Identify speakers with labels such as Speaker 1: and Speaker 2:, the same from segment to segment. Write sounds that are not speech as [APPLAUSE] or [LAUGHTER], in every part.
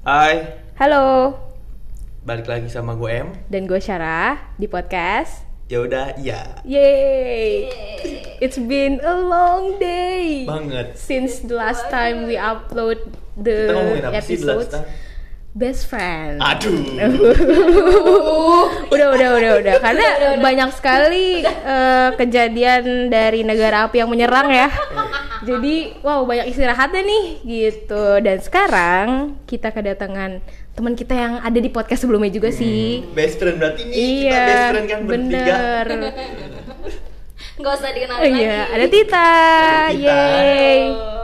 Speaker 1: Hai,
Speaker 2: Halo,
Speaker 1: balik lagi sama gue Em.
Speaker 2: dan gue Syarah di podcast.
Speaker 1: Ya udah, iya.
Speaker 2: Yay! It's been a long day
Speaker 1: Banget.
Speaker 2: since the last time we upload the
Speaker 1: Kita ngomongin apa sih the last
Speaker 2: episodes.
Speaker 1: time? Ah.
Speaker 2: Best friend.
Speaker 1: Aduh.
Speaker 2: [LAUGHS] udah, udah, udah, udah. Karena banyak sekali eh, kejadian dari negara api yang menyerang ya. Jadi, wow, banyak istirahatnya nih gitu. Dan sekarang kita kedatangan teman kita yang ada di podcast sebelumnya juga sih.
Speaker 1: Best friend berarti nih kita
Speaker 2: Iya,
Speaker 1: best friend kan bertiga. [LAUGHS]
Speaker 2: bener.
Speaker 3: Gak usah dikenalin
Speaker 2: Oh iya,
Speaker 3: lagi.
Speaker 1: Ada
Speaker 2: ada Tita.
Speaker 1: Tita.
Speaker 2: Yeay.
Speaker 3: Oh.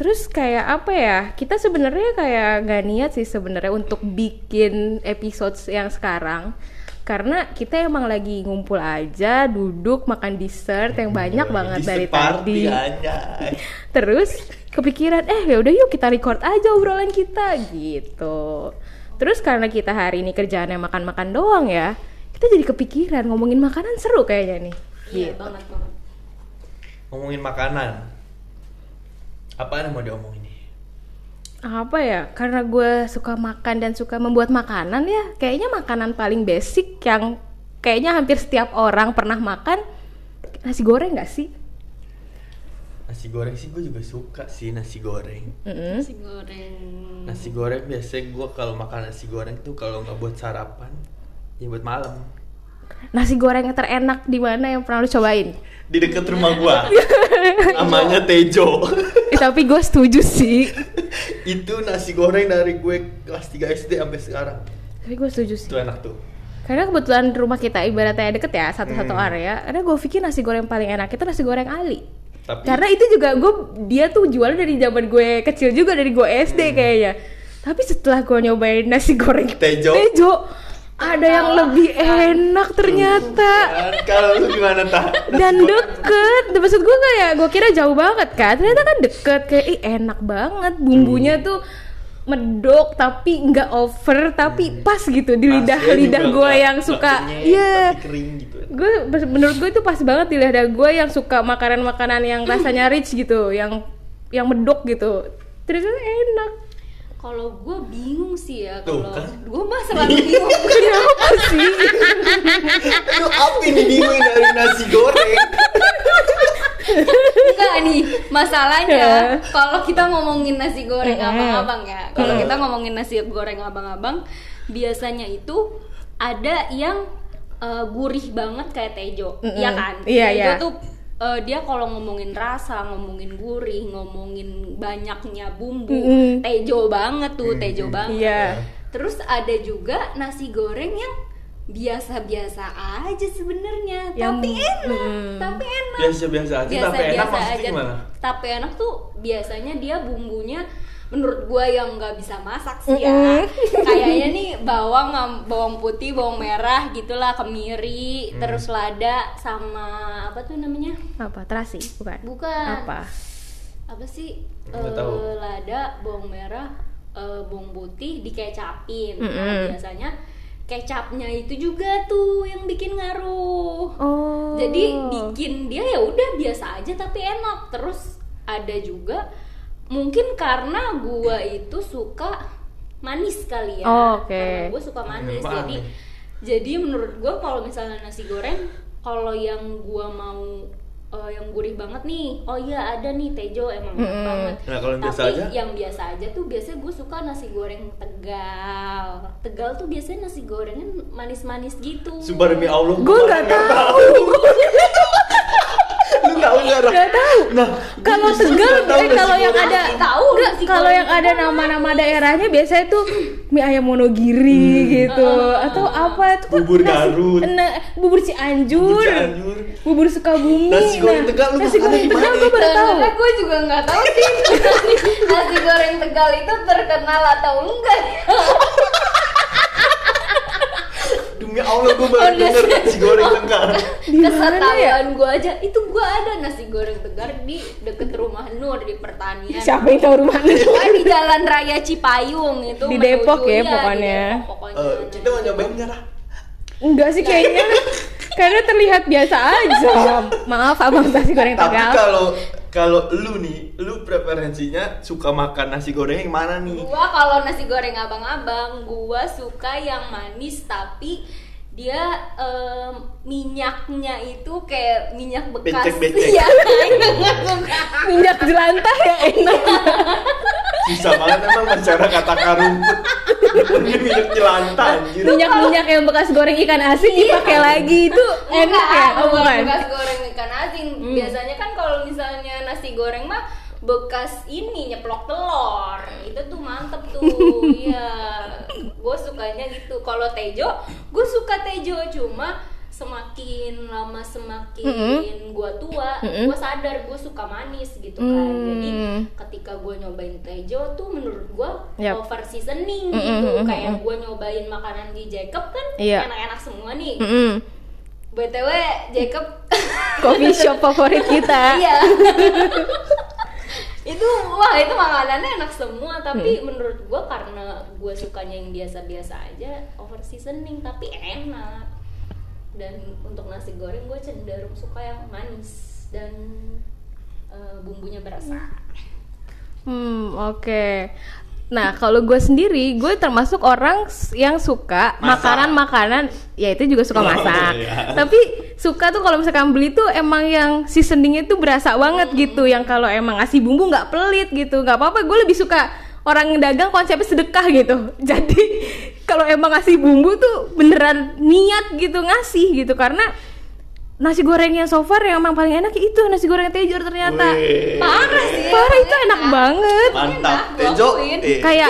Speaker 2: Terus kayak apa ya? Kita sebenarnya kayak nggak niat sih sebenarnya untuk bikin episode yang sekarang. Karena kita emang lagi ngumpul aja, duduk makan dessert yang banyak banget
Speaker 1: Di
Speaker 2: dari
Speaker 1: separti,
Speaker 2: tadi.
Speaker 1: anjay.
Speaker 2: Terus kepikiran, eh ya udah yuk kita record aja obrolan kita gitu. Terus karena kita hari ini kerjaannya makan-makan doang ya, kita jadi kepikiran ngomongin makanan seru kayaknya nih.
Speaker 3: Iya
Speaker 2: Gitu.
Speaker 3: banget banget.
Speaker 1: Ngomongin makanan. Apaan yang mau diomongin nih?
Speaker 2: apa ya karena gue suka makan dan suka membuat makanan ya kayaknya makanan paling basic yang kayaknya hampir setiap orang pernah makan nasi goreng nggak sih
Speaker 1: Nasi goreng sih gue juga suka sih nasi goreng.
Speaker 2: Mm-mm.
Speaker 3: Nasi goreng.
Speaker 1: Nasi goreng biasanya gue kalau makan nasi goreng tuh kalau nggak buat sarapan, ya buat malam.
Speaker 2: nasi goreng yang terenak di mana yang pernah lu [LAUGHS] cobain
Speaker 1: Di dekat rumah gue.
Speaker 2: [LAUGHS] Iya,
Speaker 1: Namanya Tejo.
Speaker 2: Eh, tapi gue setuju sih
Speaker 1: [LAUGHS] itu nasi goreng dari gue kelas 3 SD sampai sekarang
Speaker 2: tapi gue setuju sih
Speaker 1: itu enak tuh
Speaker 2: karena kebetulan rumah kita ibaratnya deket ya satu-satu
Speaker 1: Hmm.
Speaker 2: area karena gue pikir nasi goreng paling enak itu nasi goreng Ali
Speaker 1: tapi
Speaker 2: Karena itu juga gue dia tuh jual dari zaman gue kecil juga dari gue SD
Speaker 1: Hmm.
Speaker 2: kayaknya. Tapi setelah gue nyobain nasi goreng
Speaker 1: Tejo.
Speaker 2: ada yang lebih enak ternyata
Speaker 1: Kan, kalau lu gimana ta
Speaker 2: dan deket. Maksud gue kayak gue kira jauh banget kan, ternyata kan deket kayak ih enak banget bumbunya tuh medok tapi nggak over tapi pas gitu di lidah lidah gue yang suka
Speaker 1: iya
Speaker 2: iya
Speaker 1: kering gitu
Speaker 2: gue menurut gue itu pas banget di lidah gue yang suka makanan-makanan yang rasanya rich gitu yang yang medok gitu terus enak
Speaker 3: Kalau gue bingung sih ya
Speaker 1: Tuh,
Speaker 3: kalau
Speaker 1: kan.
Speaker 3: gue mah selalu bingung.
Speaker 2: [LAUGHS] kenapa sih
Speaker 1: lu apa ini bingung dari nasi goreng
Speaker 3: Enggak nih
Speaker 2: Ya.
Speaker 3: masalahnya kalau kita ngomongin nasi goreng
Speaker 2: Mm-mm.
Speaker 3: abang-abang ya. Kalau
Speaker 2: Iya.
Speaker 1: Mm.
Speaker 3: kita ngomongin nasi goreng abang-abang biasanya itu ada yang eh, gurih banget kayak tejo,
Speaker 2: Mm-mm.
Speaker 3: iya kan?
Speaker 2: Iya,
Speaker 3: tejo
Speaker 2: iya.
Speaker 3: tuh eh, dia kalau ngomongin rasa, ngomongin gurih, ngomongin banyaknya bumbu,
Speaker 2: Mm-mm.
Speaker 3: tejo banget tuh, tejo
Speaker 1: Mm-mm.
Speaker 3: banget.
Speaker 2: iya
Speaker 3: Terus ada juga nasi goreng yang biasa-biasa aja sebenarnya,
Speaker 2: Yang-
Speaker 3: tapi enak,
Speaker 2: mm.
Speaker 3: tapi enak.
Speaker 1: biasa biasa aja tapi enak maksudnya gimana
Speaker 3: Tapi enak tuh biasanya dia bumbunya menurut gua yang nggak bisa masak sih
Speaker 2: Mm-mm.
Speaker 3: ya. [LAUGHS] Kayaknya nih bawang am- bawang putih, bawang merah gitulah, kemiri,
Speaker 1: Hmm.
Speaker 3: terus lada sama apa tuh namanya?
Speaker 2: apa terasi bukan
Speaker 3: Bukan.
Speaker 2: apa
Speaker 3: Apa sih?
Speaker 1: Nggak
Speaker 3: Eh,
Speaker 1: tahu.
Speaker 3: lada, bawang merah, eh, bawang putih dikecapin. Nah,
Speaker 2: Mm-mm.
Speaker 3: biasanya kecapnya itu juga tuh yang bikin ngaruh
Speaker 2: oh
Speaker 3: jadi bikin dia ya udah biasa aja tapi enak terus ada juga mungkin karena gua itu suka manis kali ya
Speaker 2: Oh, oke.
Speaker 3: karena gua suka manis
Speaker 1: Hmm,
Speaker 3: jadi
Speaker 1: maaf.
Speaker 3: jadi menurut gua kalau misalnya nasi goreng kalau yang gua mau eh, yang gurih banget nih oh iya ada nih tejo emang enak
Speaker 2: Mm-mm.
Speaker 3: banget
Speaker 1: Nah, kalau yang
Speaker 3: tapi
Speaker 1: biasa aja?
Speaker 3: yang biasa aja tuh biasanya gue suka nasi goreng tegal tegal tuh biasanya nasi gorengnya manis-manis gitu
Speaker 1: sumpah demi allah
Speaker 2: gue nggak tahu
Speaker 1: lu tahu nggak Ra?
Speaker 2: nggak tahu
Speaker 1: nah
Speaker 2: kalau
Speaker 1: justru
Speaker 2: tegal
Speaker 1: nggak tahu nasi
Speaker 2: eh, kalau yang
Speaker 1: goreng.
Speaker 2: ada
Speaker 3: Tahu,
Speaker 2: nggak,
Speaker 3: nasi
Speaker 2: kalau
Speaker 3: goreng
Speaker 2: yang ada nama-nama daerahnya biasanya tuh mie ayam monogiri gitu atau apa tuh kan
Speaker 1: Hmm. Bubur
Speaker 2: nasi-
Speaker 1: Garut.
Speaker 2: na- bubur Cianjur
Speaker 1: Bubur Cianjur.
Speaker 2: bubur Sukabumi
Speaker 1: Nasi goreng
Speaker 2: nah,
Speaker 1: Tegal lu
Speaker 2: nasi
Speaker 1: makannya
Speaker 2: goreng
Speaker 1: di mana?
Speaker 2: tegal gue baru tahu
Speaker 3: Sebenarnya gue juga nggak tahu sih
Speaker 2: [LAUGHS]
Speaker 3: nasi goreng tegal itu terkenal atau enggak.
Speaker 1: demi allah gue
Speaker 2: [LAUGHS]
Speaker 1: baru
Speaker 3: Oh,
Speaker 1: denger
Speaker 3: nasi-
Speaker 1: nasi goreng tegal
Speaker 2: Di mana ya?
Speaker 3: Kesetahuan gue aja itu gue ada nasi goreng tegar di deket rumah Nur di pertanian.
Speaker 2: siapa yang tahu rumah lu
Speaker 3: Pokoknya di Jalan Raya Cipayung itu
Speaker 2: Di
Speaker 3: menuju-
Speaker 2: Depok ya,
Speaker 3: iya, di
Speaker 2: pokoknya.
Speaker 3: Depok, pokoknya.
Speaker 1: Eh, kita mau nyobain nggak Ra?
Speaker 2: enggak sih
Speaker 1: Iya.
Speaker 2: kayaknya karena terlihat biasa aja maaf abang nasi goreng
Speaker 3: Eh,
Speaker 1: tapi
Speaker 2: tegal
Speaker 1: kalau kalau lu nih, lu preferensinya suka makan nasi goreng yang mana nih?
Speaker 3: Gua kalau nasi goreng abang-abang, gua suka yang manis tapi dia em, minyaknya itu kayak minyak bekas.
Speaker 1: Becek-becek.
Speaker 3: Iya, enggak suka.
Speaker 2: minyak jelantah ya enak
Speaker 1: Susah banget emang bicara kata karung. Ini minyak jelantah anjir.
Speaker 2: minyak minyak yang bekas goreng ikan asin dipakai lagi itu enak ya oh
Speaker 3: bukan
Speaker 2: bukan Hmm.
Speaker 3: bekas goreng ikan asin. Biasanya kan kalau misalnya nasi goreng mah bekas ini nyeplok telur itu tuh mantep
Speaker 2: [LAUGHS]
Speaker 3: tuh iya gue sukanya gitu kalau tejo gue suka tejo cuma semakin lama semakin gue tua gue sadar gue suka manis gitu kan jadi
Speaker 2: Mm.
Speaker 3: ketika gue nyobain tejo tuh menurut gue
Speaker 2: Yap.
Speaker 3: over seasoning
Speaker 2: Mm-mm,
Speaker 3: gitu
Speaker 2: mm-mm,
Speaker 3: kayak gue nyobain makanan di Jacob kan
Speaker 2: Iya.
Speaker 3: enak-enak semua nih
Speaker 2: Mm-mm.
Speaker 3: BTW Jacob
Speaker 2: coffee shop favorit kita
Speaker 3: Iya [LAUGHS] Itu wah itu makanannya enak semua Tapi menurut gua karena gua sukanya yang biasa-biasa aja Over seasoning tapi enak Dan untuk nasi goreng gua cenderung suka yang manis Dan eh, bumbunya berasa
Speaker 2: Hmm, oke. Nah, kalau gue sendiri, gue termasuk orang s- yang suka
Speaker 1: Masak.
Speaker 2: makanan-makanan, ya itu juga
Speaker 1: Oh,
Speaker 2: suka masak.
Speaker 1: iya.
Speaker 2: Tapi suka tuh kalau misalkan beli tuh emang yang seasoningnya tuh berasa
Speaker 1: Hmm.
Speaker 2: banget gitu, yang kalau emang ngasih bumbu nggak pelit gitu, nggak apa-apa. Gue lebih suka orang yang dagang konsepnya sedekah gitu. [LAUGHS] Jadi kalau emang ngasih bumbu tuh beneran niat gitu ngasih gitu, karena nasi goreng yang so far yang emang paling enak ya itu nasi goreng Tejor ternyata.
Speaker 1: Wih.
Speaker 3: Parah sih
Speaker 2: Parah itu enak banget
Speaker 1: Mantap,
Speaker 3: Enak,
Speaker 1: Tejo.
Speaker 3: gua akuin.
Speaker 1: Eh,
Speaker 2: kayak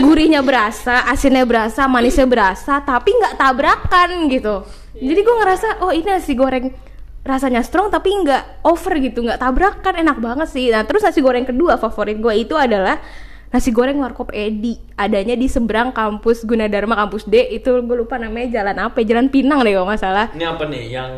Speaker 2: gurihnya berasa, asinnya berasa, manisnya berasa, tapi nggak tabrakan gitu. Jadi gue ngerasa oh ini nasi goreng rasanya strong tapi nggak over gitu, nggak tabrakan, enak banget sih. Nah terus nasi goreng kedua favorit gue itu adalah nasi goreng warkop Edi adanya di seberang kampus Gunadarma kampus D itu gue lupa namanya jalan apa ya? jalan Pinang deh kalau nggak salah
Speaker 1: Ini apa nih yang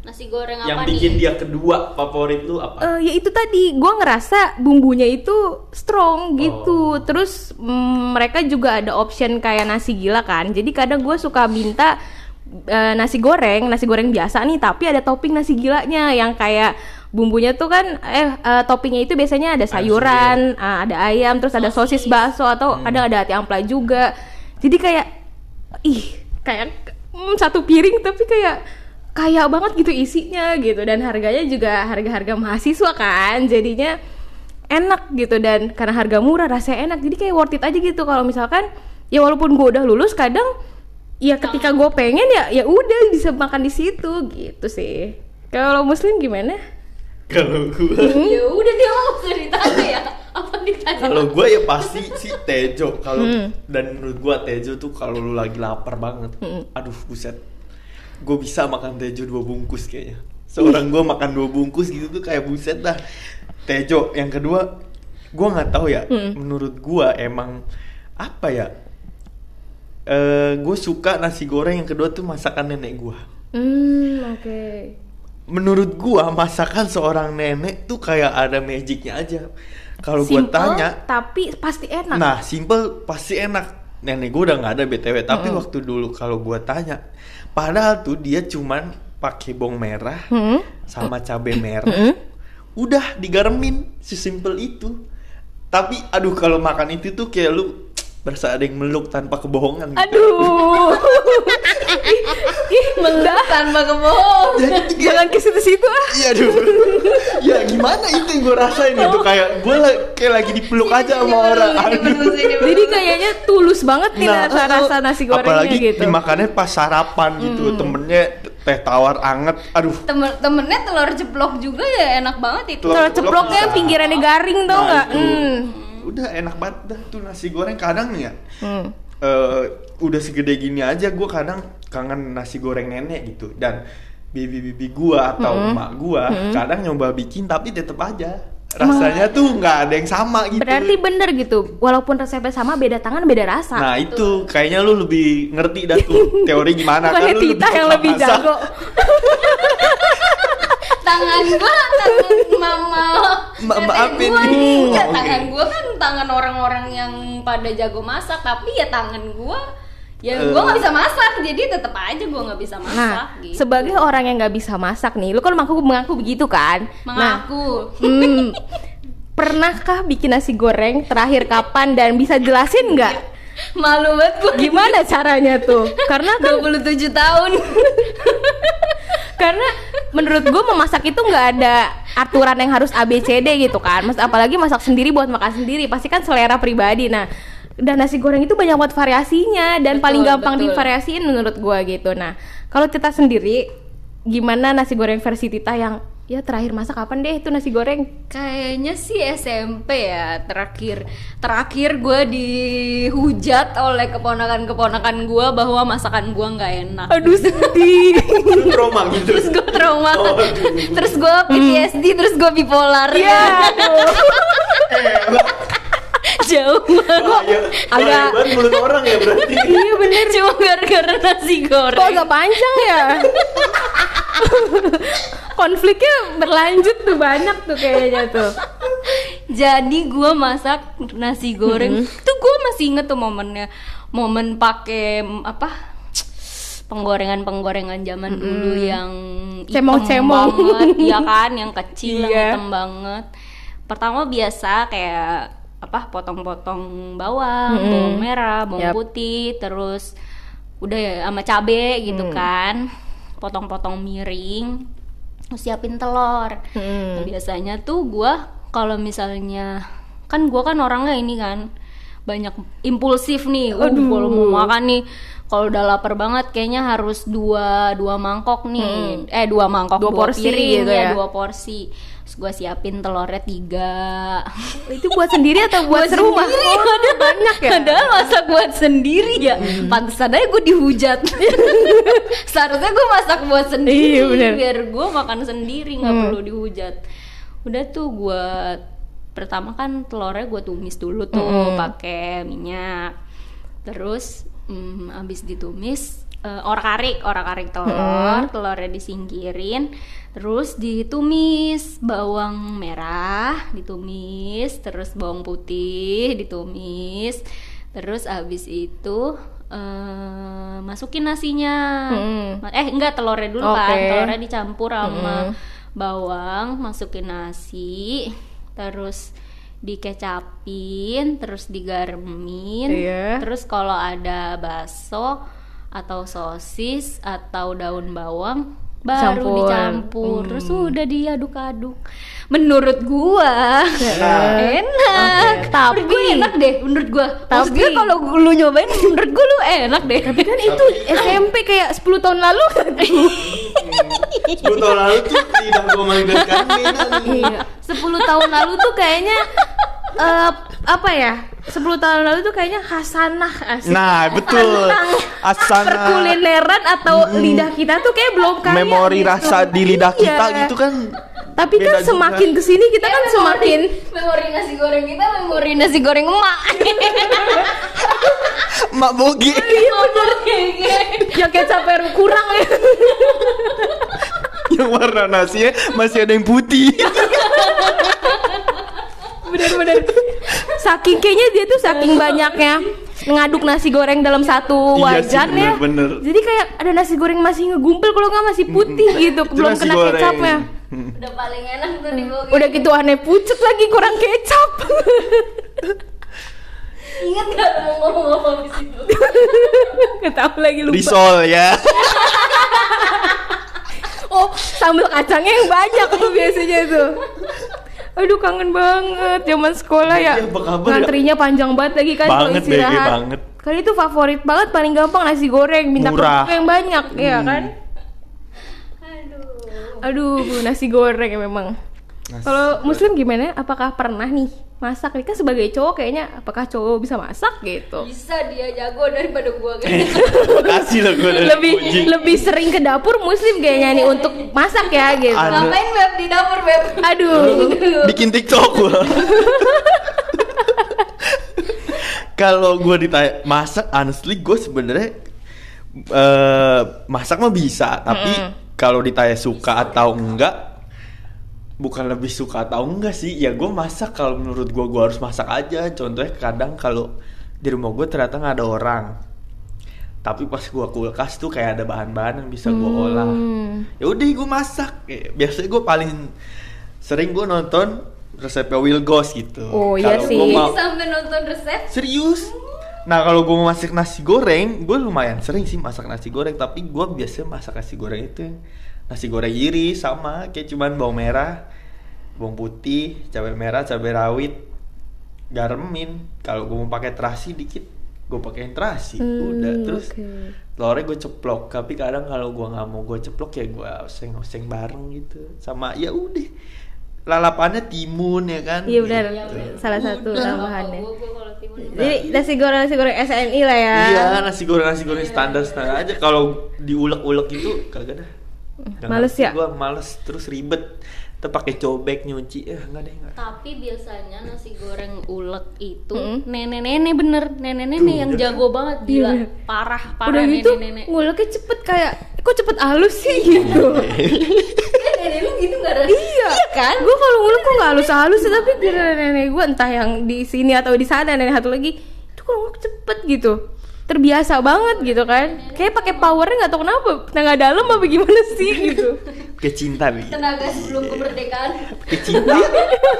Speaker 3: Nasi goreng
Speaker 1: yang
Speaker 3: apa
Speaker 1: bikin
Speaker 3: nih?
Speaker 1: dia kedua favorit lu apa?
Speaker 2: Eh, ya itu tadi gue ngerasa bumbunya itu strong gitu terus mm, mereka juga ada option kayak nasi gila kan jadi kadang gue suka minta eh, nasi goreng nasi goreng biasa nih tapi ada topping nasi gilanya yang kayak bumbunya tuh kan eh eh, toppingnya itu biasanya ada sayuran eh, ada ayam terus ada sosis bakso atau kadang ada hati ampla juga jadi kayak ih kayak mm, satu piring tapi kayak kaya banget gitu isinya gitu dan harganya juga harga-harga mahasiswa kan jadinya enak gitu dan karena harga murah rasanya enak jadi kayak worth it aja gitu kalau misalkan ya walaupun gue udah lulus kadang ya ketika gue pengen ya ya udah bisa makan di situ gitu sih kalau muslim gimana
Speaker 1: Kalau gua
Speaker 3: Ya udah dia mau ditanya ya Apa ditanya? [LAUGHS]
Speaker 1: kalau gue ya pasti si Tejo kalau dan menurut gue Tejo tuh kalau lu lagi lapar banget aduh buset gue bisa makan Tejo dua bungkus kayaknya seorang gue makan dua bungkus gitu tuh kayak buset dah Tejo yang kedua gue nggak tahu ya menurut gue emang apa ya eh gue suka nasi goreng yang kedua tuh masakan nenek gue
Speaker 2: hmm oke
Speaker 1: menurut gua masakan seorang nenek tuh kayak ada magicnya aja kalau gua tanya
Speaker 2: tapi pasti enak
Speaker 1: Nah, simple pasti enak. Nenek gue udah nggak ada btw, tapi waktu dulu kalau gue tanya, padahal tuh dia cuman pakai bawang merah
Speaker 2: Hmm?
Speaker 1: sama cabai merah, udah digaremin, sesimpel itu. Tapi aduh kalau makan itu tuh kayak lu berasa ada yang meluk tanpa kebohongan. gitu.
Speaker 2: aduh ih mendah
Speaker 3: Tanpa kebohong
Speaker 1: Jadi kayak-
Speaker 2: jangan ke situ-situ ah
Speaker 1: Iya aduh. [LAUGHS] ya gimana itu yang gue rasain gitu kayak gue kayak lagi dipeluk aja sama orang. Aduh.
Speaker 2: Jadi kayaknya tulus banget nih rasa rasa nasi
Speaker 1: Nah,
Speaker 2: gorengnya
Speaker 1: eh, apalagi
Speaker 2: gitu.
Speaker 1: dimakannya pas sarapan gitu temennya teh tawar anget aduh
Speaker 3: Temen, temennya telur jeblok juga ya enak banget itu
Speaker 1: Telur
Speaker 2: Telur
Speaker 1: ceplok
Speaker 2: ceploknya
Speaker 1: bisa.
Speaker 2: pinggirannya garing tau
Speaker 1: nah,
Speaker 2: nggak?
Speaker 1: itu.
Speaker 2: Hmm.
Speaker 1: udah enak banget dah tuh nasi goreng kadang nih ya
Speaker 2: Hmm.
Speaker 1: eh, udah segede gini aja gue kadang kangen nasi goreng nenek gitu dan bibi-bibi gua atau emak gua kadang nyoba bikin tapi tetep aja rasanya tuh nggak ada yang sama gitu
Speaker 2: Berarti bener gitu. Walaupun resepnya sama, beda tangan beda rasa.
Speaker 1: Nah itu kayaknya lu lebih ngerti dah
Speaker 2: [LAUGHS]
Speaker 1: tuh teori gimana kan
Speaker 2: Bukannya
Speaker 1: lu
Speaker 2: Tita yang
Speaker 1: suka
Speaker 2: lebih
Speaker 1: masak. [LAUGHS]
Speaker 2: jago.
Speaker 3: tangan gua tangan mama
Speaker 1: Ma-
Speaker 3: nenek
Speaker 1: maafin.
Speaker 3: gua nih
Speaker 1: Hmm,
Speaker 3: Nggak,
Speaker 1: oke.
Speaker 3: ya tangan gua kan tangan orang-orang yang pada jago masak tapi ya tangan gua ya gue nggak bisa masak jadi tetap aja gue nggak bisa masak
Speaker 2: Nah,
Speaker 3: gitu
Speaker 2: sebagai orang yang nggak bisa masak nih, lu kan mengaku mengaku begitu kan? Nah,
Speaker 3: mengaku
Speaker 2: hmm, pernahkah bikin nasi goreng terakhir kapan dan bisa jelasin nggak?
Speaker 3: malu banget gue
Speaker 2: Gimana caranya tuh? Karena kan
Speaker 3: 27 tahun [LAUGHS]
Speaker 2: karena menurut gue memasak itu nggak ada aturan yang harus ABCD gitu kan mas apalagi masak sendiri buat makan sendiri pasti kan selera pribadi nah dan nasi goreng itu banyak banget variasinya dan
Speaker 3: Betul,
Speaker 2: paling gampang
Speaker 3: betul.
Speaker 2: divariasiin menurut gue gitu nah kalau Tita sendiri gimana nasi goreng versi Tita yang ya terakhir masak kapan deh itu nasi goreng
Speaker 3: kayaknya sih SMP ya terakhir terakhir gue dihujat oleh keponakan keponakan gue bahwa masakan gue nggak enak
Speaker 2: aduh sedih
Speaker 4: Lu trauma gitu
Speaker 2: [LAUGHS]
Speaker 3: terus gue trauma terus gue PTSD terus gue bipolar [LAUGHS]
Speaker 2: ya aduh
Speaker 3: jauh banget
Speaker 4: Bahaya, bahaya
Speaker 2: agak-
Speaker 4: banget Iya. mulut orang ya
Speaker 2: [LAUGHS]
Speaker 4: berarti
Speaker 3: iya bener cuma gara-gara nasi goreng
Speaker 2: kok agak panjang ya konfliknya berlanjut tuh banyak tuh kayaknya tuh
Speaker 3: jadi gue masak nasi goreng tuh gue masih inget tuh momennya momen pakai mm, apa penggorengan penggorengan zaman dulu yang hitam
Speaker 2: Cemong-cemong.
Speaker 3: banget ya kan yang kecil yang
Speaker 2: Iya.
Speaker 3: hitam banget pertama biasa kayak apa potong-potong bawang bawang merah bawang
Speaker 2: Yap.
Speaker 3: putih terus udah ya sama cabe
Speaker 2: Mm.
Speaker 3: gitu kan potong-potong miring terus siapin telur
Speaker 2: Hmm.
Speaker 3: Nah, biasanya tuh gua kalau misalnya kan gua kan orangnya ini kan banyak impulsif nih. Aduh, kalau mau makan nih kalau udah lapar banget kayaknya harus dua dua mangkok nih. Eh dua mangkok
Speaker 2: Hmm. Dua
Speaker 3: dua,
Speaker 2: porsi
Speaker 3: piring
Speaker 2: gitu ya.
Speaker 3: ya, dua porsi. Terus gua siapin telurnya tiga.
Speaker 2: Oh, itu buat sendiri
Speaker 3: [LAUGHS]
Speaker 2: atau buat serumah?
Speaker 3: sendiri,
Speaker 2: Oh,
Speaker 3: padahal-
Speaker 2: banyak ya. Hmm.
Speaker 3: Padahal masak buat sendiri ya. Pantesan aja gue dihujat. [LAUGHS] Seharusnya gue masak buat
Speaker 2: Iya,
Speaker 3: sendiri
Speaker 2: bener.
Speaker 3: biar gue makan sendiri nggak perlu dihujat. Udah tuh gue pertama kan telurnya gue tumis dulu tuh pakai minyak. Terus mm, abis ditumis eh, orak-arik, orak-arik telur, telurnya disingkirin, terus ditumis bawang merah, ditumis, terus bawang putih, ditumis, terus abis itu eh, masukin nasinya,
Speaker 2: Mm.
Speaker 3: eh enggak telurnya dulu kan,
Speaker 2: Oke.
Speaker 3: telurnya dicampur sama bawang, masukin nasi, terus dikecapin, terus digarmin,
Speaker 2: Iya.
Speaker 3: Terus kalau ada bakso atau sosis atau daun bawang baru
Speaker 2: Campur.
Speaker 3: dicampur. Mm. Terus udah diaduk-aduk. Menurut gua
Speaker 4: Enak.
Speaker 3: enak.
Speaker 2: Tapi-
Speaker 3: Menurut gua enak deh menurut gua. Maksud gua
Speaker 2: Tapi-
Speaker 3: kalau lu nyobain menurut gua lu enak deh. Tapi kan
Speaker 2: itu SMP kayak 10 tahun lalu kan?
Speaker 4: 10 tahun lalu tuh tidak gue menggantikan ini
Speaker 2: Iya.
Speaker 3: Iya.
Speaker 2: 10 tahun lalu tuh kayaknya eh, apa ya? 10 tahun lalu tuh kayaknya khasanah asik.
Speaker 1: Nah, betul. Asana
Speaker 2: Perkulineran atau lidah kita tuh kayak belum kaya
Speaker 1: memori
Speaker 2: gitu.
Speaker 1: rasa di lidah kita
Speaker 2: Iya.
Speaker 1: gitu kan.
Speaker 2: Tapi
Speaker 1: beda
Speaker 2: kan
Speaker 1: juga.
Speaker 2: semakin kesini kita kan semakin
Speaker 3: Iya, memori nasi goreng kita memori nasi goreng
Speaker 2: [LAUGHS]
Speaker 3: emak.
Speaker 1: Mak Bogi.
Speaker 2: yang Iya, Ya, kayak sampai kurang ya.
Speaker 1: yang warna nasinya masih ada yang putih.
Speaker 2: Bener-bener. Saking kayaknya dia tuh saking banyaknya ngaduk nasi goreng dalam satu
Speaker 1: Iya sih,
Speaker 2: wajan ya.
Speaker 1: bener-bener.
Speaker 2: Jadi kayak ada nasi goreng masih ngegumpil kalau nggak masih putih gitu,
Speaker 1: Itu
Speaker 2: belum
Speaker 1: nasi
Speaker 2: kena
Speaker 1: goreng.
Speaker 2: kecapnya.
Speaker 1: Hmm.
Speaker 3: Udah paling enak tuh di Bogor.
Speaker 2: Udah gitu aneh pucet lagi kurang kecap. [LAUGHS]
Speaker 3: Ingat gak lu mau ngomong apa di situ?
Speaker 2: Nggak tahu lagi lupa.
Speaker 1: Risol ya.
Speaker 2: Oh, sambal kacangnya yang banyak tuh biasanya tuh. Aduh kangen banget zaman sekolah ya.
Speaker 4: Iya, apa kabar ya?
Speaker 2: Ngantrinya panjang banget lagi kan kalau
Speaker 1: Banget, BG,
Speaker 2: istirahat.
Speaker 1: banget.
Speaker 2: Kan itu favorit banget paling gampang nasi goreng minta
Speaker 1: Murah.
Speaker 2: kerupuk yang banyak ya
Speaker 4: Hmm.
Speaker 2: kan. Aduh, Bu, nasi goreng ya memang. Kalau muslim gimana? Apakah pernah nih masak? Ini kan sebagai cowok kayaknya apakah cowok bisa masak gitu?
Speaker 3: Bisa dia jago daripada gua
Speaker 1: Iya.
Speaker 3: kan.
Speaker 1: Makasih loh gue dari
Speaker 2: Lebih
Speaker 1: Bogi.
Speaker 2: lebih sering ke dapur muslim kayaknya nih untuk masak ya gitu.
Speaker 1: Aduh.
Speaker 3: Ngapain beb di dapur beb?
Speaker 2: Aduh.
Speaker 1: [LAUGHS] bikin TikTok gua. Kalau gua ditanya masak, honestly gue sebenarnya eh, masak mah bisa, tapi kalau ditanya suka atau enggak, bukan lebih suka atau enggak sih. Ya gue masak kalau menurut gua gua harus masak aja. Contohnya kadang kalau di rumah gue ternyata nggak ada orang, tapi pas gua kulkas tuh kayak ada bahan-bahan yang bisa gua
Speaker 2: Hmm.
Speaker 1: olah ya udah gua masak Eh, biasanya gua paling sering gua nonton resepnya Will Goss gitu
Speaker 2: Oh, iya
Speaker 1: Kalau
Speaker 2: sih.
Speaker 1: gua mau-
Speaker 3: sampai nonton resep
Speaker 1: Serius? Nah kalau gue mau masak nasi goreng, gue lumayan sering sih masak nasi goreng Tapi gue biasanya masak nasi goreng itu Nasi goreng iri sama kayak cuman bawang merah Bawang putih, cabai merah, cabai rawit Garmin Kalau gue mau pakai terasi dikit Gue pakein terasi
Speaker 2: Hmm,
Speaker 1: Udah terus telurnya gue ceplok Tapi kadang kalau gue nggak mau gue ceplok ya gue oseng-oseng bareng gitu Sama ya udah Lalapannya timun ya kan
Speaker 2: Iya benar,
Speaker 1: Gitu.
Speaker 2: salah satu
Speaker 1: Udah.
Speaker 2: tambahannya.
Speaker 3: Gua- gua kalau timun
Speaker 2: Jadi nasi goreng nasi goreng SNI lah ya.
Speaker 1: Iya, nasi goreng nasi goreng standar standar aja. Kalau diulek-ulek itu kagak dah. Nggak
Speaker 2: Males
Speaker 1: ngerti
Speaker 2: ya?
Speaker 1: Gua males terus ribet. Terus pakai cobek nyuci, eh enggak deh enggak.
Speaker 3: Tapi biasanya nasi goreng ulek itu
Speaker 2: Mm-mm.
Speaker 3: nenek-nenek bener, nenek-nenek yang jago banget gila,
Speaker 2: Iya. Udah
Speaker 3: parah parah
Speaker 2: gitu
Speaker 3: nenek-nenek.
Speaker 2: nguleknya cepet kayak kok cepet halus sih gitu.
Speaker 1: Iya.
Speaker 3: nenek lu gitu nggak ada.
Speaker 2: iya kan? Gue kalau ngulek kok nggak halus halus tapi kira nenek gue entah yang di sini atau di sana nenek satu lagi itu kalau ngulek cepet gitu terbiasa banget gitu kan kayak pakai powernya nggak tau kenapa tenaga dalam apa gimana sih [LAUGHS] gitu
Speaker 1: Kecinta nih.
Speaker 3: Tenaga sebelum kemerdekaan.
Speaker 1: Kecinta.
Speaker 3: [LAUGHS]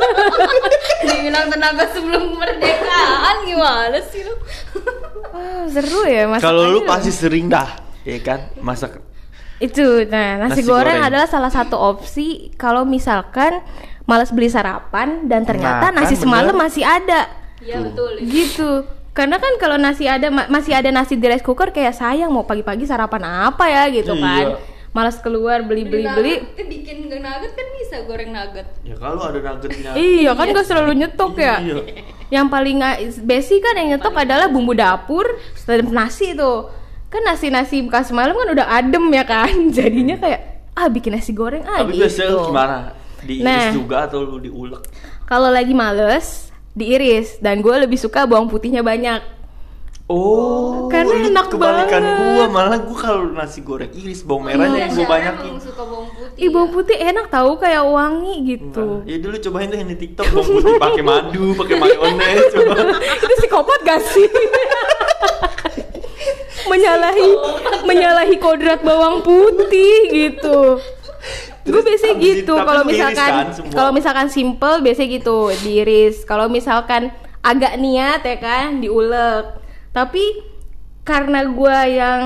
Speaker 3: Dibilang tenaga sebelum kemerdekaan gimana sih lu?
Speaker 2: Wah, seru ya masakannya
Speaker 1: Kalau lu
Speaker 2: loh.
Speaker 1: pasti sering dah, ya kan? Masak
Speaker 2: itu nah
Speaker 1: Nasi
Speaker 2: nasi, goreng,
Speaker 1: goreng.
Speaker 2: adalah salah satu opsi kalau misalkan malas beli sarapan dan ternyata
Speaker 1: Nah, kan
Speaker 2: nasi semalam
Speaker 1: bener.
Speaker 2: masih ada
Speaker 3: Ya betul.
Speaker 2: gitu karena kan kalau nasi ada ma- masih ada nasi di rice cooker kayak sayang mau pagi-pagi sarapan apa ya gitu kan
Speaker 1: Iya.
Speaker 2: malas keluar beli beli beli
Speaker 3: Kita bikin nugget kan bisa goreng nugget.
Speaker 1: ya kalau ada nuggetnya.
Speaker 2: iya kan gak selalu nyetok ya
Speaker 1: Iya.
Speaker 2: yang paling nga- basic kan yang nyetok adalah bumbu dapur terus nasi tuh kan nasi nasi bekas semalam kan udah adem ya kan [LAUGHS] jadinya kayak ah bikin nasi goreng ah
Speaker 1: Tapi
Speaker 2: gitu
Speaker 1: biasanya lu gimana? Diiris
Speaker 2: Nah.
Speaker 1: juga atau lu diulek?
Speaker 2: Kalau lagi males, diiris dan gue lebih suka bawang putihnya banyak.
Speaker 1: Oh,
Speaker 2: Karena
Speaker 1: lu
Speaker 2: enak
Speaker 1: kebalikan
Speaker 2: banget.
Speaker 1: gua malah gua kalau nasi goreng iris bawang merahnya
Speaker 3: Iya,
Speaker 1: gua
Speaker 3: Syara
Speaker 1: banyakin.
Speaker 3: emang suka bawang putih.
Speaker 2: Ih, bawang
Speaker 3: ya.
Speaker 2: putih enak tahu kayak wangi gitu.
Speaker 1: Ya dulu cobain deh yang di TikTok bawang
Speaker 2: [LAUGHS]
Speaker 1: putih pakai madu, pakai mayones coba. Oh,
Speaker 2: Itu psikopat gak sih? menyalahi menyalahi kodrat bawang putih gitu. Gue biasanya
Speaker 1: abis
Speaker 2: gitu
Speaker 1: itu- tapi
Speaker 2: kalau
Speaker 1: lu iris kan
Speaker 2: misalkan
Speaker 1: semua?
Speaker 2: kalau misalkan simple biasanya gitu diiris. Kalau misalkan agak niat ya kan diulek. Tapi karena gue yang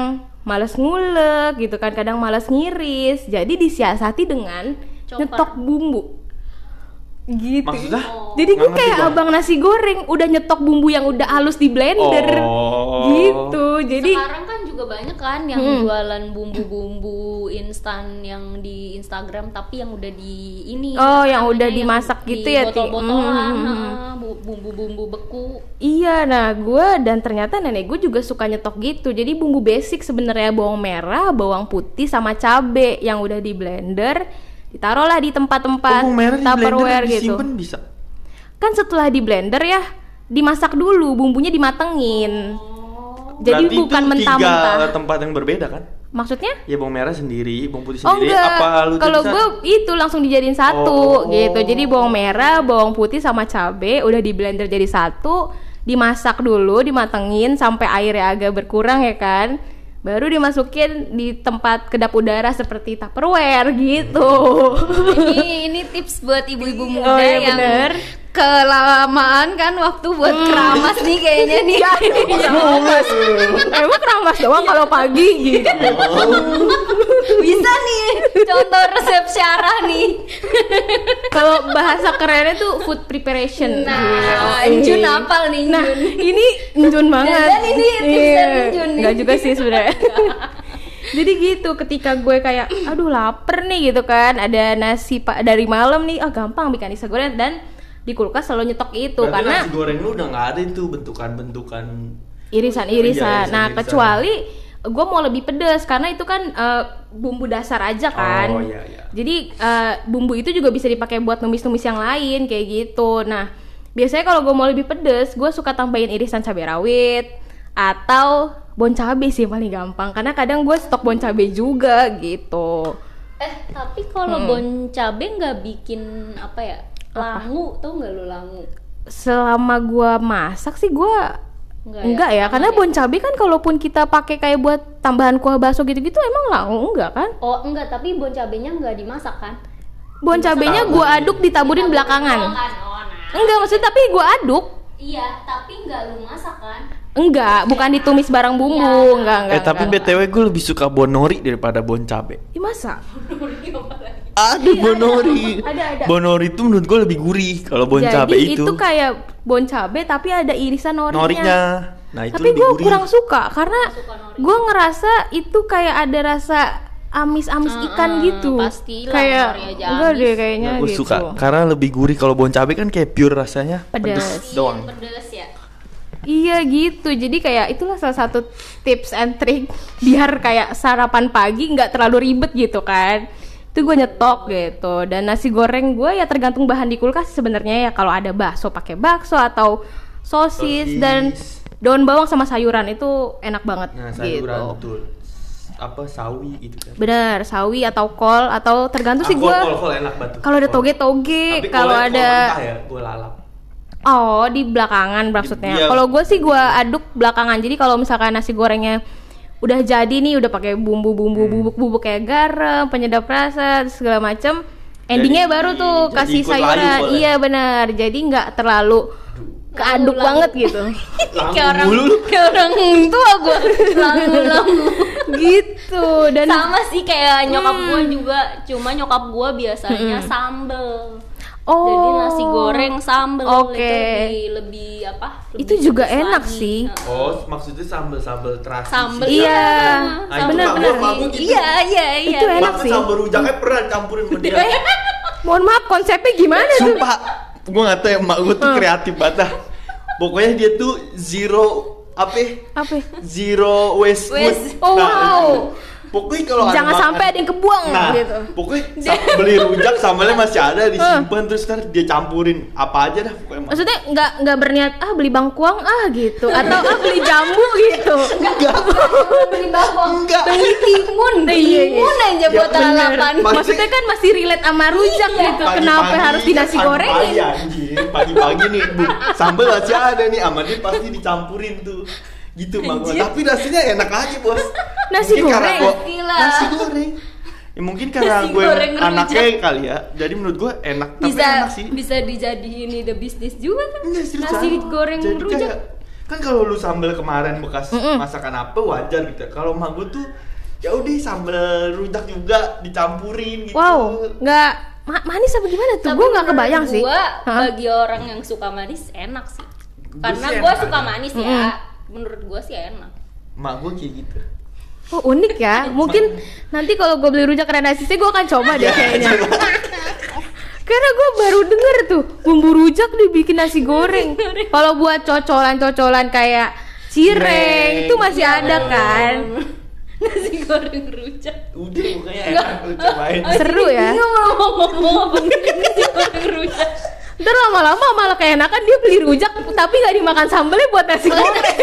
Speaker 2: males ngulek gitu kan kadang males ngiris jadi disiasati dengan
Speaker 3: Chopper.
Speaker 2: nyetok bumbu gitu
Speaker 1: Maksudnya?
Speaker 2: jadi gue
Speaker 1: Nggak ngerti
Speaker 2: kayak
Speaker 1: gua.
Speaker 2: abang nasi goreng udah nyetok bumbu yang udah halus di blender
Speaker 1: Oh.
Speaker 2: gitu jadi Hmm.
Speaker 3: sekarang kan juga banyak kan yang jualan bumbu-bumbu instan yang di Instagram tapi yang udah di ini
Speaker 2: Oh,
Speaker 3: apa
Speaker 2: yang
Speaker 3: namanya,
Speaker 2: udah dimasak gitu ya, Ti?
Speaker 3: botol-botolan
Speaker 2: Hmm.
Speaker 3: heeh, bu- bumbu-bumbu beku
Speaker 2: [LAUGHS] iya nah gue dan ternyata nenek gue juga suka nyetok gitu jadi bumbu basic sebenarnya bawang merah bawang putih sama cabe yang udah di blender ditaruhlah di tempat-tempat
Speaker 1: Oh, Bawang merah di blender
Speaker 2: tupperware gitu
Speaker 1: disimpan bisa.
Speaker 2: kan setelah di blender ya dimasak dulu bumbunya dimatengin
Speaker 1: Oh.
Speaker 2: jadi
Speaker 1: Berarti itu
Speaker 2: bukan
Speaker 1: Tiga
Speaker 2: mentah-mentah
Speaker 1: tempat yang berbeda kan?
Speaker 2: maksudnya
Speaker 1: Ya bawang merah sendiri, bawang putih
Speaker 2: Oh
Speaker 1: sendiri.
Speaker 2: enggak,
Speaker 1: Apa lu tuh
Speaker 2: kalau
Speaker 1: bisa-
Speaker 2: gue itu langsung dijadiin satu
Speaker 1: Oh.
Speaker 2: gitu. Jadi bawang merah, bawang putih sama cabe udah di blender jadi satu, dimasak dulu, dimatengin sampai airnya agak berkurang ya kan. Baru dimasukin di tempat kedap udara seperti Tupperware gitu.
Speaker 3: ini ini tips buat ibu-ibu muda
Speaker 2: Oh, iya,
Speaker 3: yang
Speaker 2: bener.
Speaker 3: [LAUGHS]
Speaker 2: Hmm.
Speaker 3: kelamaan kan waktu buat keramas nih kayaknya
Speaker 2: [LAUGHS]
Speaker 3: nih
Speaker 2: Iya, Emang keramas doang kalau pagi gitu.
Speaker 3: bisa nih contoh resep syarah nih
Speaker 2: Kalau bahasa kerennya tuh food preparation.
Speaker 3: nah
Speaker 2: Yoi.
Speaker 3: Jun apal nih
Speaker 2: Nah,
Speaker 3: Jun.
Speaker 2: ini Njun banget.
Speaker 3: Dan ini tips
Speaker 2: Iya.
Speaker 3: dari Njun nih.
Speaker 2: Nggak juga sih
Speaker 3: [LAUGHS]
Speaker 2: sebenarnya. Jadi gitu, ketika gue kayak, aduh lapar nih gitu kan, ada nasi pak dari malam nih, ah gampang bikin nasi goreng dan di kulkas selalu nyetok
Speaker 1: Berarti
Speaker 2: itu gitu, karena
Speaker 1: nasi goreng lu udah nggak ada itu bentukan-bentukan. Iya,
Speaker 2: irisan-irisan.
Speaker 1: irisan-irisan.
Speaker 2: nah, kecuali gue mau lebih pedes karena itu kan eh, bumbu dasar aja kan.
Speaker 1: Oh, iya, iya.
Speaker 2: Jadi eh, bumbu itu juga bisa dipakai buat numis-numis yang lain kayak gitu. Nah, biasanya kalau gue mau lebih pedes, gue suka tambahin irisan cabai rawit atau bon cabe sih yang paling gampang karena kadang gue stok bon cabe juga gitu.
Speaker 3: Eh, tapi kalau
Speaker 2: Hmm.
Speaker 3: bon cabe nggak bikin apa ya? Langu, tau nggak lu langu?
Speaker 2: Selama gue masak sih gue
Speaker 3: Enggak,
Speaker 2: Enggak ya, karena bon cabe kan kalaupun kita pakai kayak buat tambahan kuah bakso gitu-gitu emang nggak enggak kan?
Speaker 5: Oh enggak, tapi bon cabenya enggak dimasak kan?
Speaker 2: Bon cabenya gua aduk ditaburin belakangan.
Speaker 3: Kan, oh, nah.
Speaker 2: Enggak maksudnya tapi gua aduk.
Speaker 3: Iya, tapi enggak lu masak kan?
Speaker 2: Enggak, bukan ditumis bareng bumbu, enggak enggak.
Speaker 1: eh tapi
Speaker 2: enggak.
Speaker 1: btw gue lebih suka bonori daripada bon cabe.
Speaker 2: Ih, masa?
Speaker 1: Ada bonori.
Speaker 2: Iya, ada, ada.
Speaker 1: Bonori itu menurut gue lebih gurih kalau bon
Speaker 2: Jadi kan
Speaker 1: cabe itu.
Speaker 2: kayak bon cabe tapi ada irisan norinya.
Speaker 1: Norinya. Nah itu
Speaker 2: tapi
Speaker 1: lebih
Speaker 2: gue
Speaker 1: gurih.
Speaker 2: kurang suka karena gue ngerasa itu kayak ada rasa amis-amis ikan gitu.
Speaker 3: pastilah,
Speaker 2: kayak
Speaker 3: nori aja
Speaker 2: enggak
Speaker 3: amis.
Speaker 2: deh kayaknya
Speaker 1: gue
Speaker 2: gitu.
Speaker 1: Nah, suka karena lebih gurih kalau bon cabe kan kayak pure rasanya.
Speaker 2: Pedas.
Speaker 1: doang.
Speaker 3: Pedes ya.
Speaker 2: Iya gitu. Jadi kayak itulah salah satu tips and trick biar kayak sarapan pagi nggak terlalu ribet gitu kan. Itu gue nyetok gitu. Dan nasi goreng gue ya tergantung bahan di kulkas sebenarnya ya kalau ada bakso pakai bakso atau sosis,
Speaker 1: Sosis.
Speaker 2: dan daun bawang sama sayuran itu enak banget
Speaker 1: Nah
Speaker 2: gitu.
Speaker 1: sayuran betul. Apa sawi gitu kan.
Speaker 2: Bener, sawi atau kol atau tergantung sih
Speaker 1: Ah,
Speaker 2: gue.
Speaker 1: kol, kol, kol enak banget. tuh.
Speaker 2: Kalau ada
Speaker 1: Kol.
Speaker 2: toge-toge,
Speaker 1: Tapi
Speaker 2: kalau
Speaker 1: kol
Speaker 2: ada
Speaker 1: mentah ya, gue
Speaker 2: [LAUGHS]
Speaker 1: lalap.
Speaker 2: Oh, di belakangan maksudnya.
Speaker 1: Iya.
Speaker 2: Kalau gue sih gue aduk belakangan. Jadi kalau misalkan nasi gorengnya udah jadi nih, udah pakai
Speaker 1: Hmm.
Speaker 2: bumbu-bumbu bubuk-bubuk kayak garam, penyedap rasa, terus segala macem. Endingnya
Speaker 1: Jadi-
Speaker 2: baru tuh
Speaker 1: jadi
Speaker 2: kasih
Speaker 1: ikut layu
Speaker 2: sayuran.
Speaker 1: boleh.
Speaker 2: Iya benar. Jadi nggak terlalu keaduk banget gitu.
Speaker 1: Kayak orang mulu.
Speaker 2: kayak orang tua gue. [LAUGHS] gitu dan
Speaker 3: Sama sih kayak nyokap
Speaker 2: Hmm.
Speaker 3: gua juga, cuma nyokap gua biasanya sambel.
Speaker 2: oh
Speaker 3: Jadi nasi goreng sambel
Speaker 2: Oke.
Speaker 3: itu lebih, lebih apa? Lebih
Speaker 2: Itu juga
Speaker 3: pedes
Speaker 2: enak
Speaker 3: lagi.
Speaker 2: sih.
Speaker 3: Nah,
Speaker 1: Oh, maksudnya sambel-sambel terasi.
Speaker 3: Sambel.
Speaker 2: Iya.
Speaker 1: Ah, itu
Speaker 2: Benar,
Speaker 1: sama
Speaker 2: benar.
Speaker 1: sama gua gitu.
Speaker 3: Iya, iya, iya.
Speaker 2: Itu enak
Speaker 1: Bahkan
Speaker 2: sih.
Speaker 1: sambal rujaknya eh, pernah campurin sama
Speaker 2: [LAUGHS]
Speaker 1: dia.
Speaker 2: Eh, mohon maaf konsepnya gimana tuh?
Speaker 1: Sumpah, gue gak tau ya, emak gue
Speaker 2: Hmm.
Speaker 1: tuh kreatif banget dah. Pokoknya dia tuh zero apa? ya?
Speaker 2: Apa? ya?
Speaker 1: Zero waste
Speaker 2: Waste.
Speaker 1: food.
Speaker 2: Oh, wow.
Speaker 1: Pokoknya kalau ada
Speaker 2: Jangan
Speaker 1: makan-
Speaker 2: sampai ada yang kebuang
Speaker 1: Nah,
Speaker 2: gitu. [LAUGHS] Hmm.
Speaker 1: pokoknya sa- beli rujak sambalnya masih ada disimpan terus ntar dia campurin apa aja dah pokoknya. Mak.
Speaker 2: maksudnya nggak nggak berniat ah beli bangkuang ah gitu atau ah beli jambu [LAUGHS] gitu
Speaker 5: Beli bawang.
Speaker 1: Enggak.
Speaker 2: timun
Speaker 3: iya.
Speaker 2: timun aja
Speaker 1: Ya, buat bener. lalapan.
Speaker 2: maksudnya kan masih relate sama rujak gitu kenapa
Speaker 1: Iya. Pagi-pagi
Speaker 2: harus di nasi
Speaker 1: kan santai,
Speaker 2: gorengin
Speaker 1: anjing. Pagi-pagi nih bu, sambal masih ada nih, sama dia pasti dicampurin tuh gitu bang tapi nasinya enak aja bos
Speaker 2: Nasi
Speaker 1: karena
Speaker 2: goreng,
Speaker 1: gua-
Speaker 3: gila.
Speaker 1: nasi goreng Ya, mungkin karena
Speaker 3: Nasi
Speaker 1: gue
Speaker 3: goreng rujak.
Speaker 1: anaknya kali ya jadi menurut gue enak tapi
Speaker 3: bisa
Speaker 1: enak sih
Speaker 3: bisa dijadiin ide bisnis juga kan
Speaker 1: Enggak, seriusan.
Speaker 3: nasi goreng
Speaker 1: Jadi
Speaker 3: rujak
Speaker 1: kayak- kan kalau lu sambal kemarin bekas masakan apa wajar gitu ya. kalau emak gue tuh ya udah sambal rujak juga dicampurin gitu
Speaker 2: wow nggak ma- manis apa gimana tuh gue nggak kebayang sih
Speaker 3: gua
Speaker 2: Hah?
Speaker 3: bagi orang yang suka manis enak sih
Speaker 1: Gua
Speaker 3: karena
Speaker 1: sih
Speaker 3: gua
Speaker 1: enak
Speaker 3: suka
Speaker 1: aja.
Speaker 3: manis ya menurut gua sih enak [LAUGHS]
Speaker 1: emak gue kayak gitu
Speaker 2: oh unik ya mungkin nanti kalau gue beli rujak karena nasi gue akan coba
Speaker 1: Iya.
Speaker 2: deh kayaknya
Speaker 1: [LAUGHS]
Speaker 2: Karena gue baru denger tuh bumbu rujak dibikin nasi goreng. Kalau buat cocolan-cocolan kayak
Speaker 1: Cireng.
Speaker 2: cireng itu masih ada kan.
Speaker 3: nasi goreng rujak
Speaker 1: udah
Speaker 2: Iya.
Speaker 1: pokoknya enak lu cobain
Speaker 2: Seru ya.
Speaker 3: Ini mau ngomong apa nasi goreng rujak
Speaker 2: Ntar lama-lama malah keenakan dia beli rujak tapi nggak dimakan sambelnya buat nasi goreng.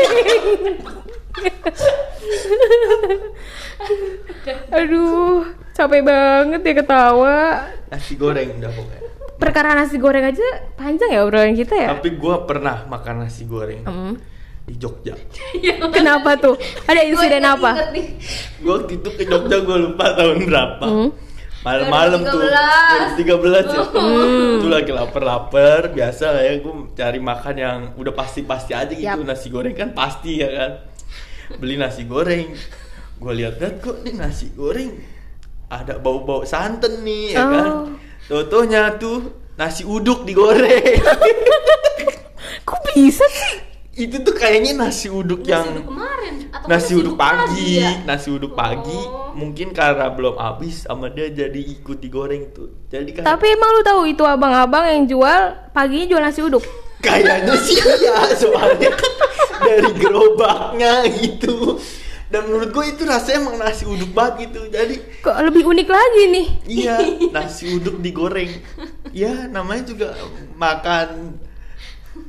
Speaker 2: Aduh, capek banget ya ketawa.
Speaker 1: nasi goreng udah pokoknya
Speaker 2: Perkara nasi goreng aja panjang ya obrolan kita ya.
Speaker 1: tapi gue pernah makan nasi goreng
Speaker 2: Hmm.
Speaker 1: di Jogja
Speaker 2: Kenapa tuh? Ada [LAUGHS] insiden apa?
Speaker 1: gue waktu itu ke Jogja gue lupa tahun berapa
Speaker 2: Hmm.
Speaker 1: malam-malam tuh
Speaker 3: 2013.
Speaker 1: tiga belas ya [LAUGHS]
Speaker 2: Hmm.
Speaker 1: itu lagi lapar-lapar biasa lah ya gue cari makan yang udah pasti-pasti aja gitu
Speaker 2: Yap.
Speaker 1: nasi goreng kan pasti ya kan beli nasi goreng gue lihat-lihat kok ini nasi goreng ada bau-bau santan nih ya kan
Speaker 2: Oh.
Speaker 1: Totonya tuh nasi uduk digoreng [LAUGHS]
Speaker 2: Kok bisa sih?
Speaker 1: itu tuh kayaknya nasi uduk yang
Speaker 3: Nasi uduk kemarin atau
Speaker 1: nasi uduk pagi, Nah,
Speaker 3: ya?
Speaker 1: nasi uduk pagi
Speaker 3: Oh.
Speaker 1: mungkin karena belum habis sama dia jadi ikut digoreng tuh. Jadi kan
Speaker 2: Tapi emang lu tahu itu abang-abang yang jual paginya jual nasi uduk.
Speaker 1: kayaknya sih iya soalnya dari gerobaknya gitu. Dan menurut gue itu rasanya emang nasi uduk banget gitu. Jadi
Speaker 2: Kok lebih unik lagi nih?
Speaker 1: iya nasi uduk digoreng. Ya namanya juga makan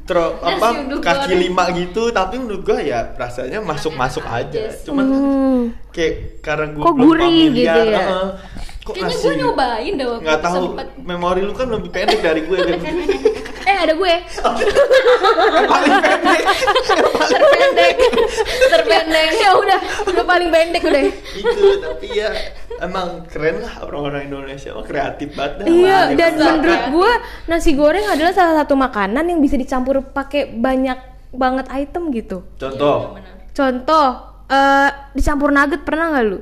Speaker 1: tro apa
Speaker 3: Nasi uduk
Speaker 1: kaki
Speaker 3: goreng.
Speaker 1: lima gitu tapi menurut gue ya rasanya masuk-masuk aja. Cuman
Speaker 2: Hmm.
Speaker 1: kayak karena gue
Speaker 2: Kok gurih gitu ya?
Speaker 1: kok
Speaker 3: kayaknya
Speaker 1: nasi
Speaker 3: gue nyobain dah waktu
Speaker 1: nggak tahu
Speaker 3: sempet
Speaker 4: [LAUGHS]
Speaker 1: memori lu kan lebih pendek dari gue kan
Speaker 2: Eh ada gue.
Speaker 5: Terpendek. Terpendek.
Speaker 2: ya udah, gue paling pendek udah.
Speaker 4: itu tapi ya emang keren lah orang-orang Indonesia mah kreatif banget dah.
Speaker 2: Iya,
Speaker 4: Wah,
Speaker 2: dan
Speaker 4: dibesarkan.
Speaker 2: menurut gue nasi goreng adalah salah satu makanan yang bisa dicampur pakai banyak banget item gitu.
Speaker 4: contoh
Speaker 3: Iya,
Speaker 2: Contoh, eh dicampur nugget pernah nggak lu?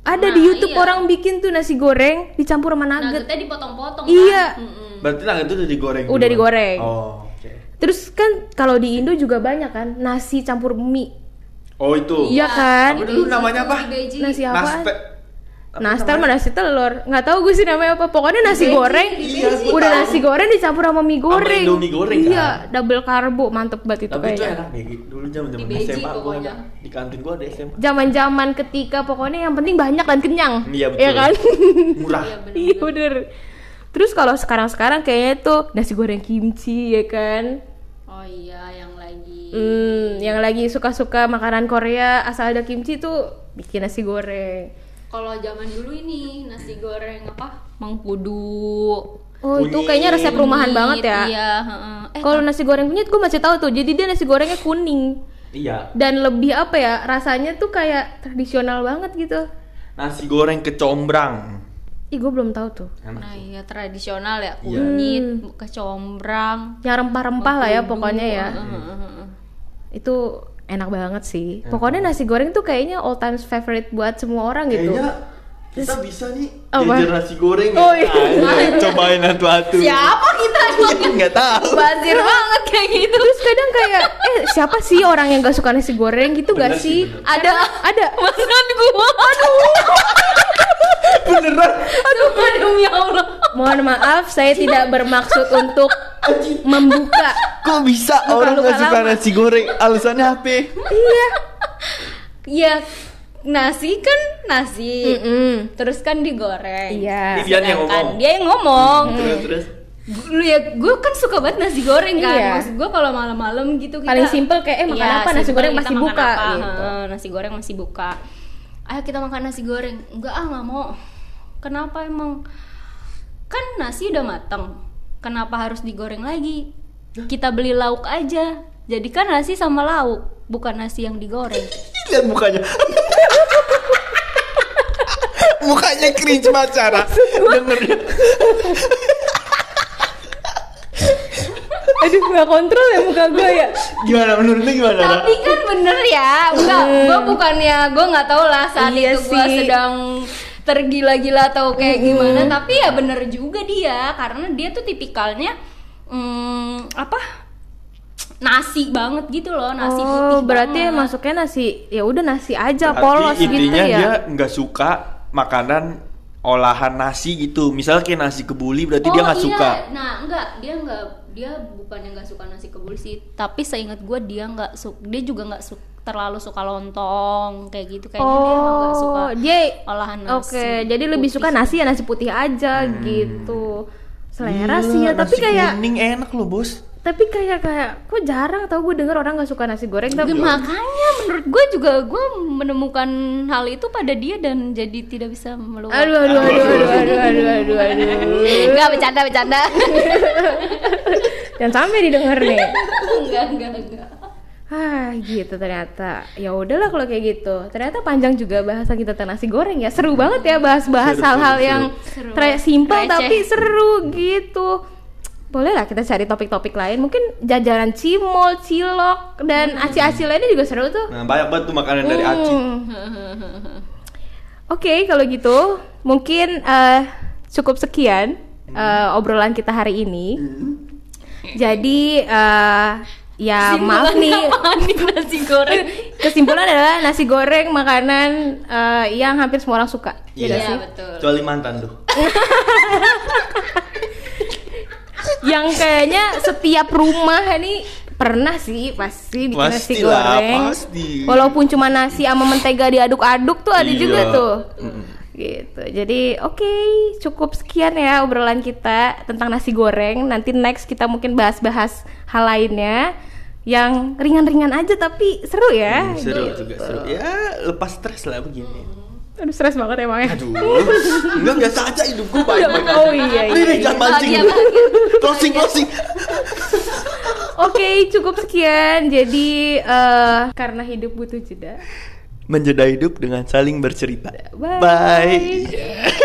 Speaker 2: Ada di
Speaker 3: Nah,
Speaker 2: YouTube
Speaker 3: iya.
Speaker 2: orang bikin tuh nasi goreng dicampur sama nugget.
Speaker 3: Nuggetnya dipotong-potong
Speaker 2: Iya.
Speaker 3: kan? Mm-mm.
Speaker 4: berarti nugget itu udah digoreng
Speaker 2: Udah
Speaker 4: duluan?
Speaker 2: digoreng.
Speaker 4: oh oke
Speaker 2: Terus kan kalau di Indo juga banyak kan nasi campur mie.
Speaker 4: oh itu Nah,
Speaker 2: Iya kan?
Speaker 4: Apa dulu namanya apa
Speaker 3: Beji.
Speaker 2: Nasi apa?
Speaker 4: Naspe
Speaker 2: Nastar sama nasi telur. Nggak tahu gue sih namanya apa. Pokoknya nasi goreng.
Speaker 4: Iya, gue
Speaker 2: udah
Speaker 4: tahu.
Speaker 2: nasi goreng dicampur sama mie goreng.
Speaker 4: Indomie goreng,
Speaker 2: Iya,
Speaker 4: kan?
Speaker 2: double karbo mantep banget itu
Speaker 4: tapi itu
Speaker 2: gitu kayaknya.
Speaker 4: enak nih dulu zaman zaman
Speaker 3: Di Beji
Speaker 4: SMA gua
Speaker 3: pokoknya.
Speaker 4: ada di kantin gua ada SMA
Speaker 2: Zaman-zaman ketika pokoknya yang penting banyak dan kenyang.
Speaker 4: Iya, betul.
Speaker 2: Ya kan?
Speaker 4: murah
Speaker 3: Iya, bener.
Speaker 2: Iya bener. Terus kalau sekarang-sekarang kayaknya tuh nasi goreng kimchi ya kan.
Speaker 3: Oh iya, yang lagi
Speaker 2: Hmm, yang lagi suka-suka makanan Korea asal ada kimchi tuh bikin nasi goreng.
Speaker 3: Kalau zaman dulu ini nasi goreng apa? Mengkudu.
Speaker 2: Oh, itu
Speaker 4: Kunyit.
Speaker 2: kayaknya resep rumahan
Speaker 3: Kunyit,
Speaker 2: banget ya.
Speaker 3: Iya, heeh. Eh,
Speaker 2: Kalau nasi goreng kunyit gue masih tahu tuh. Jadi dia nasi gorengnya kuning
Speaker 4: iya
Speaker 2: dan lebih apa ya? Rasanya tuh kayak tradisional banget gitu.
Speaker 4: nasi goreng kecombrang
Speaker 2: Ih, gue belum tahu tuh.
Speaker 3: nah iya tradisional ya, kunyit, kecombrang.
Speaker 2: Yang rempah-rempah lah ya
Speaker 3: mengkudu.
Speaker 2: pokoknya ya.
Speaker 3: Heeh, heeh, heeh.
Speaker 2: Itu enak banget sih. Pokoknya nasi goreng tuh kayaknya all time favorite buat semua orang gitu.
Speaker 4: kayaknya kita bisa nih
Speaker 2: Apa?
Speaker 4: jajan nasi
Speaker 1: ya.
Speaker 4: goreng
Speaker 2: Oh, iya.
Speaker 4: Ayo, cobain atu-atu
Speaker 3: Siapa kita?
Speaker 1: [LAUGHS]
Speaker 4: nggak tahu
Speaker 3: Bazir banget kayak gitu.
Speaker 2: Terus kadang kayak eh siapa sih orang yang gak suka nasi goreng gitu
Speaker 4: Bener
Speaker 2: gak
Speaker 4: sih,
Speaker 2: sih?
Speaker 4: bener.
Speaker 2: Ada ada.
Speaker 3: Maksud gua. Aduh.
Speaker 4: beneran
Speaker 3: Aduh, [LAUGHS] demi Allah.
Speaker 2: Mohon maaf saya tidak bermaksud untuk membuka.
Speaker 1: Kok bisa
Speaker 2: Luka-luka
Speaker 1: orang nggak suka
Speaker 2: lama.
Speaker 1: nasi goreng? Alasannya HP.
Speaker 2: Iya.
Speaker 3: Iya, nasi kan nasi.
Speaker 2: Mm-mm.
Speaker 3: Terus kan digoreng.
Speaker 2: Iya.
Speaker 4: Iya, dia yang
Speaker 3: Sedangkan
Speaker 4: ngomong.
Speaker 3: Dia yang ngomong.
Speaker 4: terus terus
Speaker 3: Lu ya, gue kan suka banget nasi goreng kan.
Speaker 2: Iya.
Speaker 3: Maksud gue kalau malam-malam gitu kita
Speaker 2: Paling simple kayak, eh, makan
Speaker 3: Iya,
Speaker 2: apa? Nasi
Speaker 3: simple,
Speaker 2: goreng
Speaker 3: kita
Speaker 2: pasti
Speaker 3: makan
Speaker 2: buka,
Speaker 3: apa.
Speaker 2: gitu.
Speaker 3: Heeh, nasi goreng masih buka. Ayo kita makan nasi goreng. Enggak ah, nggak mau. Kenapa emang? Kan nasi udah mateng. Kenapa harus digoreng lagi? Kita beli lauk aja. Jadikan nasi sama lauk, bukan nasi yang digoreng.
Speaker 1: Ih, Lihat mukanya. [LAUGHS] mukanya cringe banget cara dengernya.
Speaker 2: Aduh gak kontrol ya muka gue ya.
Speaker 1: Gimana menurutnya gimana? Ra?
Speaker 3: tapi kan bener ya enggak gue bukannya gue nggak tahu lah saat
Speaker 2: Hmm. Iya
Speaker 3: itu gue
Speaker 2: sih. Hmm.
Speaker 3: sedang tergila-gila atau kayak gimana tapi ya bener juga dia karena dia tuh tipikalnya mm, apa nasi banget gitu loh nasi putih
Speaker 2: oh berarti
Speaker 3: banget.
Speaker 2: masuknya nasi ya udah nasi aja
Speaker 1: Berarti
Speaker 2: polos gitu
Speaker 1: intinya
Speaker 2: ya.
Speaker 1: dia nggak suka makanan olahan nasi gitu. Misalnya kayak nasi kebuli berarti dia
Speaker 3: Oh,
Speaker 1: nggak
Speaker 3: iya.
Speaker 1: suka.
Speaker 3: nah enggak dia enggak dia bukannya nggak suka nasi kebuli sih tapi seingat gue dia nggak su- dia juga nggak su- terlalu suka lontong kayak gitu kayaknya dia emang nggak suka
Speaker 2: Oh, dia
Speaker 3: olahan nasi
Speaker 2: Oke, jadi lebih suka nasi ya nasi putih aja gitu. Selera sih ya,
Speaker 1: Hmm. Iya,
Speaker 2: tapi
Speaker 1: nasi
Speaker 2: kayak
Speaker 1: kuning enak loh, Bos.
Speaker 2: tapi kayak kayak kok jarang tau gue denger orang nggak suka nasi goreng tapi
Speaker 3: Ya, makanya menurut gue juga gue menemukan hal itu pada dia dan jadi tidak bisa meluap
Speaker 2: aduh aduh aduh aduh aduh aduh aduh aduh.
Speaker 3: Enggak bercanda bercanda
Speaker 2: Jangan sampai didengar
Speaker 1: [LAUGHS]
Speaker 2: nih.
Speaker 3: [LAUGHS] enggak enggak enggak
Speaker 2: Ah, gitu ternyata. Ya udahlah kalau kayak gitu. Ternyata panjang juga bahasan kita tentang nasi goreng ya. Seru banget ya bahas-bahas
Speaker 1: Seru,
Speaker 2: hal-hal
Speaker 1: seru,
Speaker 2: yang
Speaker 3: seru.
Speaker 2: tra- simpel
Speaker 3: Receh.
Speaker 2: tapi seru gitu. Boleh lah kita cari topik-topik lain. Mungkin jajanan cimol, cilok dan aci-aci lainnya juga seru tuh.
Speaker 1: Hmm. Nah, banyak banget tuh makanan dari
Speaker 2: Hmm.
Speaker 1: Aci.
Speaker 2: Oke, kalau gitu mungkin eh, cukup sekian
Speaker 1: Hmm.
Speaker 2: eh, obrolan kita hari ini. Jadi eh, ya maaf nih
Speaker 3: Panik nasi goreng
Speaker 2: [LAUGHS] kesimpulan adalah nasi goreng makanan eh, yang hampir semua orang suka.
Speaker 3: iya
Speaker 2: nggak sih? Eh,
Speaker 3: betul
Speaker 4: kecuali mantan tuh
Speaker 2: Yang kayaknya setiap rumah ini pernah sih pasti bikin nasi
Speaker 1: Pastilah,
Speaker 2: goreng.
Speaker 1: pasti.
Speaker 2: Walaupun cuma nasi sama mentega diaduk-aduk tuh ada
Speaker 1: Iya.
Speaker 2: juga tuh. Gitu. Jadi oke, cukup sekian ya obrolan kita tentang nasi goreng. Nanti next kita mungkin bahas-bahas hal lainnya yang
Speaker 1: Mm,
Speaker 2: ringan-ringan aja tapi seru ya.
Speaker 4: seru juga seru ya lepas stres lah begini
Speaker 2: Aduh stres banget emangnya.
Speaker 4: Aduh, enggak biasa aja hidup gue baik-baik aja.
Speaker 2: Oh iya
Speaker 4: Nih,
Speaker 2: iya.
Speaker 4: nih, jangan mancing.
Speaker 5: Bahagia, bahagia.
Speaker 4: Closing, closing.
Speaker 2: Oke, cukup sekian. Jadi eh karena hidup butuh jeda.
Speaker 1: Menjeda hidup dengan saling bercerita.
Speaker 2: Bye.
Speaker 1: Bye.